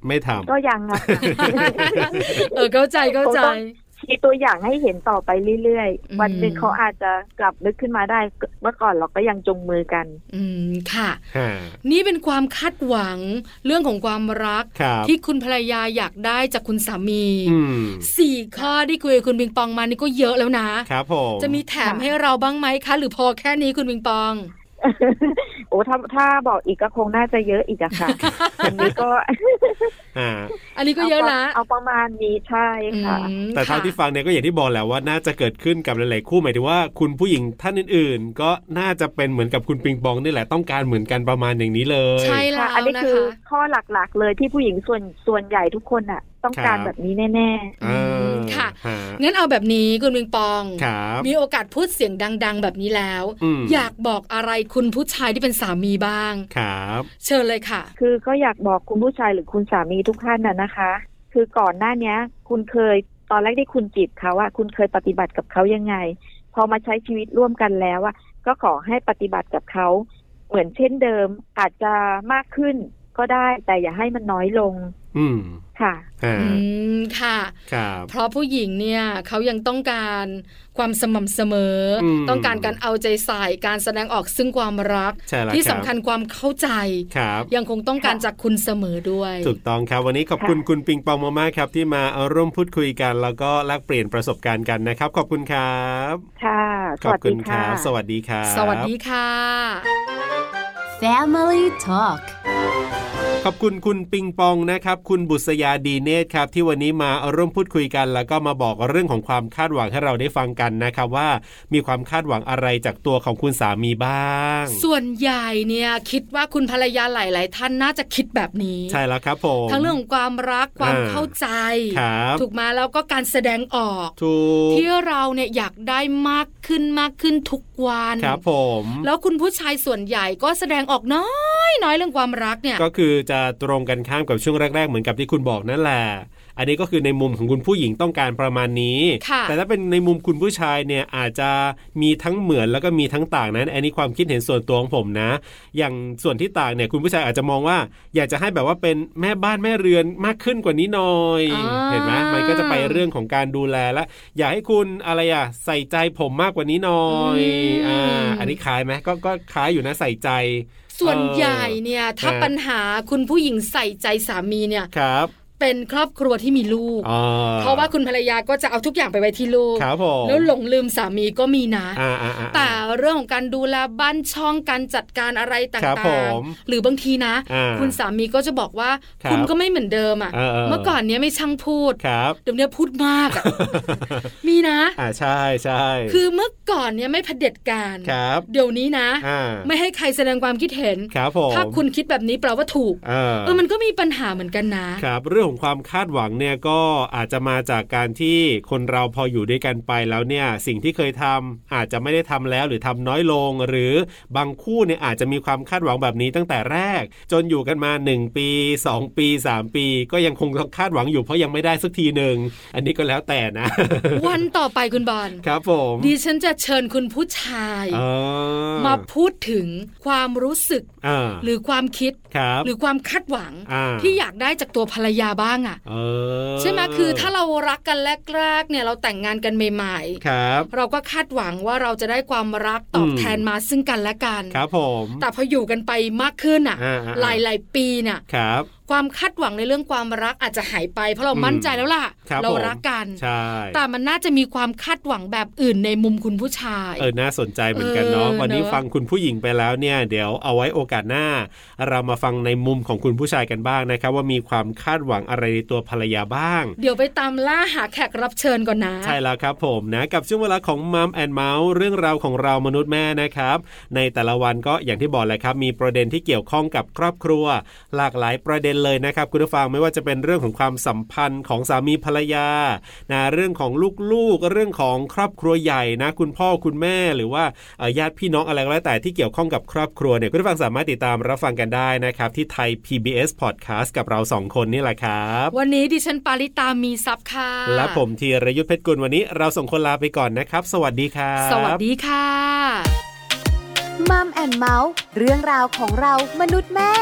[SPEAKER 2] ไม่ท
[SPEAKER 5] ก็ยังอะค่ะ
[SPEAKER 1] เออเข้าใจเข้าใจ
[SPEAKER 5] ผมต้อง มีตัวอย่างให้เห็นต่อไปเรื่อย
[SPEAKER 1] อืม
[SPEAKER 5] ๆ วันหนึ่งเขาอาจจะกลับนึกขึ้นมาได้ เมื่อก่อนเราก็ยังจงมือกัน
[SPEAKER 1] อืมค่ะ
[SPEAKER 2] ำฮ่า
[SPEAKER 1] นี่เป็นความคาดหวังเรื่องของความรัก
[SPEAKER 2] ครับ
[SPEAKER 1] ที่คุณภรรยาอยากได้จากคุณสามี
[SPEAKER 2] อืม
[SPEAKER 1] สี่ข้อที่คุยกับคุณปิงปองมานี่ก็เยอะแล้วนะ
[SPEAKER 2] ครับผม
[SPEAKER 1] จะมีแถม
[SPEAKER 5] ค่ะ
[SPEAKER 1] ให้เราบ้างไหมคะ หรือพอแค่นี้คุณปิงปอง
[SPEAKER 5] โอ้ถ้าถ้าบอกอีกก็คงน่าจะเยอะอีกอะ ค่ะ อันนี้ก็
[SPEAKER 2] อ่า
[SPEAKER 1] อันนี้ก็เยอะละ
[SPEAKER 5] เอาประมาณนี้ใช่ค่ะ
[SPEAKER 1] อืม
[SPEAKER 2] แต่เท่า
[SPEAKER 1] ค่ะ
[SPEAKER 2] ที่ฟังเนี่ยก็อย่างที่บอกแหล้วว่าน่าจะเกิดขึ้นกับหลาย ๆ คู่หมายถึงว่าคุณผู้หญิงท่านอื่น ๆ ก็น่าจะเป็นเหมือนกับคุณปิงปองนี่แหละต้องการเหมือนกันประมาณอย่างนี้เลย
[SPEAKER 1] ใช่แล้ว
[SPEAKER 5] ค่ะ อันนี้
[SPEAKER 1] นะ
[SPEAKER 5] คือ
[SPEAKER 1] คะ
[SPEAKER 5] ข้อหลักๆเลยที่ผู้หญิงส่วนส่วนใหญ่ทุกคนอะต้องการ
[SPEAKER 2] ครับ
[SPEAKER 5] แบบนี้แน่
[SPEAKER 2] เออ
[SPEAKER 1] ค่ะ
[SPEAKER 2] ฮะ
[SPEAKER 1] งั้นเอาแบบนี้คุณปิงปอง
[SPEAKER 2] ครับ
[SPEAKER 1] มีโอกาสพูดเสียงดัง ๆ แบบนี้แล้ว
[SPEAKER 2] อืม
[SPEAKER 1] อยากบอกอะไรคุณผู้ชายที่เป็นสามีบ้าง
[SPEAKER 2] ครับ
[SPEAKER 1] เชิญเลยค่ะ
[SPEAKER 5] ๆ คือก็อยากบอกคุณผู้ชายหรือคุณสามีทุกท่านน่ะนะคะ คือก่อนหน้าเนี้ย คุณเคยตอนแรกที่คุณจีบเขาอะคุณเคยปฏิบัติกับเขายังไง พอมาใช้ชีวิตร่วมกันแล้วอะก็ขอให้ปฏิบัติกับเขาเหมือนเช่นเดิมอาจจะมากขึ้นก็ได้ แต่อย่าให้มันน้อยลง
[SPEAKER 2] อืม
[SPEAKER 5] ค่ะ
[SPEAKER 2] ฮะ
[SPEAKER 1] อืมค่ะ
[SPEAKER 2] ครับ
[SPEAKER 1] เพราะผู้หญิงเนี่ยเขายังต้องการความสม่ำเสมออ
[SPEAKER 2] ม
[SPEAKER 1] ต้องการการเอาใจใส่การแสดงออกซึ่งความรัก
[SPEAKER 2] ใช่แล้ว
[SPEAKER 1] ที่
[SPEAKER 2] รับ
[SPEAKER 1] สำคัญความเข้าใจ
[SPEAKER 2] ครับ
[SPEAKER 1] ยังคงต้องการ
[SPEAKER 5] ค่ะ
[SPEAKER 1] จากคุณเสมอด้วย
[SPEAKER 2] ถูกต้องครับ วันนี้ขอบคุณ
[SPEAKER 5] ค่ะ
[SPEAKER 2] คุณปิงปองมามากๆครับ ที่มาร่วมพูดคุยกัน แล้วก็แลกเปลี่ยนประสบการณ์กันนะครับ ขอบคุณครับ
[SPEAKER 5] ค่ะ ส
[SPEAKER 2] ขอบ
[SPEAKER 5] วัส
[SPEAKER 2] คุ
[SPEAKER 5] ดี
[SPEAKER 2] ณค
[SPEAKER 5] ค่ะ
[SPEAKER 2] รับ สวัสดีครับ
[SPEAKER 1] สวัสดีค่ะ
[SPEAKER 4] Family Talk
[SPEAKER 2] ขอบคุณคุณปิงปองนะครับ คุณบุษยาดีเนตรครับ ที่วันนี้มาร่วมพูดคุยกัน แล้วก็มาบอกเรื่องของความคาดหวังให้เราได้ฟังกันนะครับว่ามีความคาดหวังอะไรจากตัวของคุณสามีบ้าง
[SPEAKER 1] ส่วนใหญ่เนี่ยคิดว่าคุณภรรยาหลาย ๆ ท่านน่าจะคิดแบบนี้
[SPEAKER 2] ใช่แล้วครับผม
[SPEAKER 1] ทั้งเรื่องของความรักความ
[SPEAKER 2] อ่า
[SPEAKER 1] เข้าใจ
[SPEAKER 2] ครับ
[SPEAKER 1] ถูกไหมาแล้วก็การแสดงออก
[SPEAKER 2] ถูก
[SPEAKER 1] ที่เราเนี่ยอยากได้มากขึ้นมากขึ้นทุกวัน
[SPEAKER 2] ครับผม
[SPEAKER 1] แล้วคุณผู้ชายส่วนใหญ่ก็แสดงออกน้อยน้อยเรื่องความรักเนี่ย
[SPEAKER 2] ก็คือจะตรงกันข้ามกับช่วงแรก ๆ เหมือนกับที่คุณบอกนั่นแหละ อันนี้ก็คือในมุมของคุณผู้หญิงต้องการประมาณนี้
[SPEAKER 1] ค่ะ
[SPEAKER 2] แต่ถ้าเป็นในมุมคุณผู้ชายเนี่ยอาจจะมีทั้งเหมือนแล้วก็มีทั้งต่างนั้น อันนี้ความคิดเห็นส่วนตัวของผมนะ อย่างส่วนที่ต่างเนี่ยคุณผู้ชายอาจจะมองว่า อยากจะให้แบบว่าเป็นแม่บ้านแม่เรือนมากขึ้นกว่านี้หน่อย
[SPEAKER 1] อ่า
[SPEAKER 2] เห็นไหมมันก็จะไปเรื่องของการดูแลและอยากให้คุณอะไรอะใส่ใจผมมากกว่านี้หน่อยอ่าอันนี้คล้ายไหมก็ก็คล้ายอยู่นะใส่ใจ
[SPEAKER 1] ส่วนใหญ่เนี่ยถ้า
[SPEAKER 2] เออ
[SPEAKER 1] ปัญหาคุณผู้หญิงใส่ใจสามีเนี่ย
[SPEAKER 2] ครับ
[SPEAKER 1] เป็นครอบครัวที่มีลูก
[SPEAKER 2] อ่า
[SPEAKER 1] เพราะว่าคุณภรรยาก็จะเอาทุกอย่างไปไว้ที่ลูก
[SPEAKER 2] ครับผม
[SPEAKER 1] แล้วหลงลืมสามีก็มีนะ
[SPEAKER 2] อ่าอ่าอ่า
[SPEAKER 1] แต่เรื่องของการดูแลบ้านช่องการจัดการอะไรต่
[SPEAKER 2] ครับผ
[SPEAKER 1] าง
[SPEAKER 2] ม
[SPEAKER 1] ๆ หรือบางทีนะ
[SPEAKER 2] อ่า
[SPEAKER 1] คุณสามีก็จะบอกว่า
[SPEAKER 2] ครับ
[SPEAKER 1] คุณก็ไม่เหมือนเดิมอ่ะ
[SPEAKER 2] เออเออ
[SPEAKER 1] เมื่อก่อนเนี้ยไม่ช่างพูด
[SPEAKER 2] ครับ
[SPEAKER 1] เดี๋ยวเนี้ยพูดมากอะ มีนะ
[SPEAKER 2] อ่าใช่ใช่
[SPEAKER 1] คือเมื่อก่อนเนี่ยไม่เผด็จการ
[SPEAKER 2] ครับ
[SPEAKER 1] เดี๋ยวนี้นะ
[SPEAKER 2] อ่า
[SPEAKER 1] ไม่ให้ใครแสดงความคิดเห็น
[SPEAKER 2] ครับผม
[SPEAKER 1] ถ้าคุณคิดแบบนี้แปลว่าถูก
[SPEAKER 2] เออ
[SPEAKER 1] เออมันก็มีปัญหาเหมือนกันนะ
[SPEAKER 2] ครับ เรื่องของความคาดหวังเนี่ยก็อาจจะมาจากการที่คนเราพออยู่ด้วยกันไปแล้วเนี่ย สิ่งที่เคยทำอาจจะไม่ได้ทำแล้วหรือทำน้อยลง หรือบางคู่เนี่ยอาจจะมีความคาดหวังแบบนี้ตั้งแต่แรก จนอยู่กันมา 1 ปี 2 ปี 3 ปี ก็ยังคงคาดหวังอยู่เพราะยังไม่ได้สักทีหนึ่งอันนี้ก็แล้วแต่นะ
[SPEAKER 1] วันต่อไปคุณบอล
[SPEAKER 2] ครับผม
[SPEAKER 1] ดิฉันจะ เชิญคุณผู้ชาย
[SPEAKER 2] เออ
[SPEAKER 1] มาพูดถึงความรู้สึก
[SPEAKER 2] อ่า
[SPEAKER 1] หรือความคิด
[SPEAKER 2] ครับ
[SPEAKER 1] หรือความคาดหวัง
[SPEAKER 2] า
[SPEAKER 1] ที่อยากได้จากตัวภรรยาบ้างอะ
[SPEAKER 2] เออ
[SPEAKER 1] ใช่ไหมคือถ้าเรารักกันแรกๆเนี่ยเราแต่งงานกันใหม่ๆ
[SPEAKER 2] ครับ
[SPEAKER 1] เราก็คาดหวังว่าเราจะได้ความรักตอบ
[SPEAKER 2] อืม
[SPEAKER 1] แทนมาซึ่งกันและกัน
[SPEAKER 2] ครับผม
[SPEAKER 1] แต่พออยู่กันไปมากขึ้นอ่ะ
[SPEAKER 2] อ่าๆๆ
[SPEAKER 1] หลายๆปีน่ะ
[SPEAKER 2] ครับ
[SPEAKER 1] ความคาดหวังในเรื่องความรักอาจจะหายไป เพราะเรา
[SPEAKER 2] อืม
[SPEAKER 1] มั่นใจแล้วล่ะ
[SPEAKER 2] ครับ
[SPEAKER 1] เรา
[SPEAKER 2] ผม
[SPEAKER 1] รักกัน
[SPEAKER 2] ใช่
[SPEAKER 1] แต่มันน่าจะมีความคาดหวังแบบอื่นในมุมคุณผู้ชาย
[SPEAKER 2] เออน่าสนใจเหมือนกันเนาะ
[SPEAKER 1] เออ
[SPEAKER 2] วันนี้
[SPEAKER 1] เนอะ
[SPEAKER 2] ฟังคุณผู้หญิงไปแล้วเนี่ย เดี๋ยวเอาไว้โอกาสหน้า เรามาฟังในมุมของคุณผู้ชายกันบ้างนะครับ ว่ามีความคาดหวังอะไรในตัวภรรยาบ้าง
[SPEAKER 1] เดี๋ยวไปตามล่าหาแขกรับเชิญก่อนนะ
[SPEAKER 2] ใช่แล้วครับผมนะกับช่วงเวลาของมัมแอนเมาส์เรื่องราวของเรามนุษย์แม่นะครับ ในแต่ละวันก็อย่างที่บอกแหละครับ มีประเด็นที่เกี่ยวข้องกับครอบครัว หลากหลายประเด็นเลยนะครับ คุณผู้ฟังไม่ว่าจะเป็นเรื่องของความสัมพันธ์ของสามีภรรยานะเรื่องของลูกๆ เรื่องของครอบครัวใหญ่นะ คุณพ่อคุณแม่หรือว่าเอ่อญาติพี่น้องอะไรก็แล้วแต่ที่เกี่ยวข้องกับครอบครัวเนี่ยคุณผู้ฟังสามารถติดตามรับฟังกันได้นะครับที่ไทย PBS Podcast กับเราสองคนนี่แหละครับ
[SPEAKER 1] วันนี้ดิฉันปาริตามีซับค่ะ
[SPEAKER 2] และผมธีรยุทธเพชรกุลวันนี้เราส่งคนลาไปก่อนนะครับ สวัสดีครับ
[SPEAKER 1] สวัสดีค่ะ
[SPEAKER 4] มัมแอนเมาส์เรื่องราวของเรามนุษย์แม่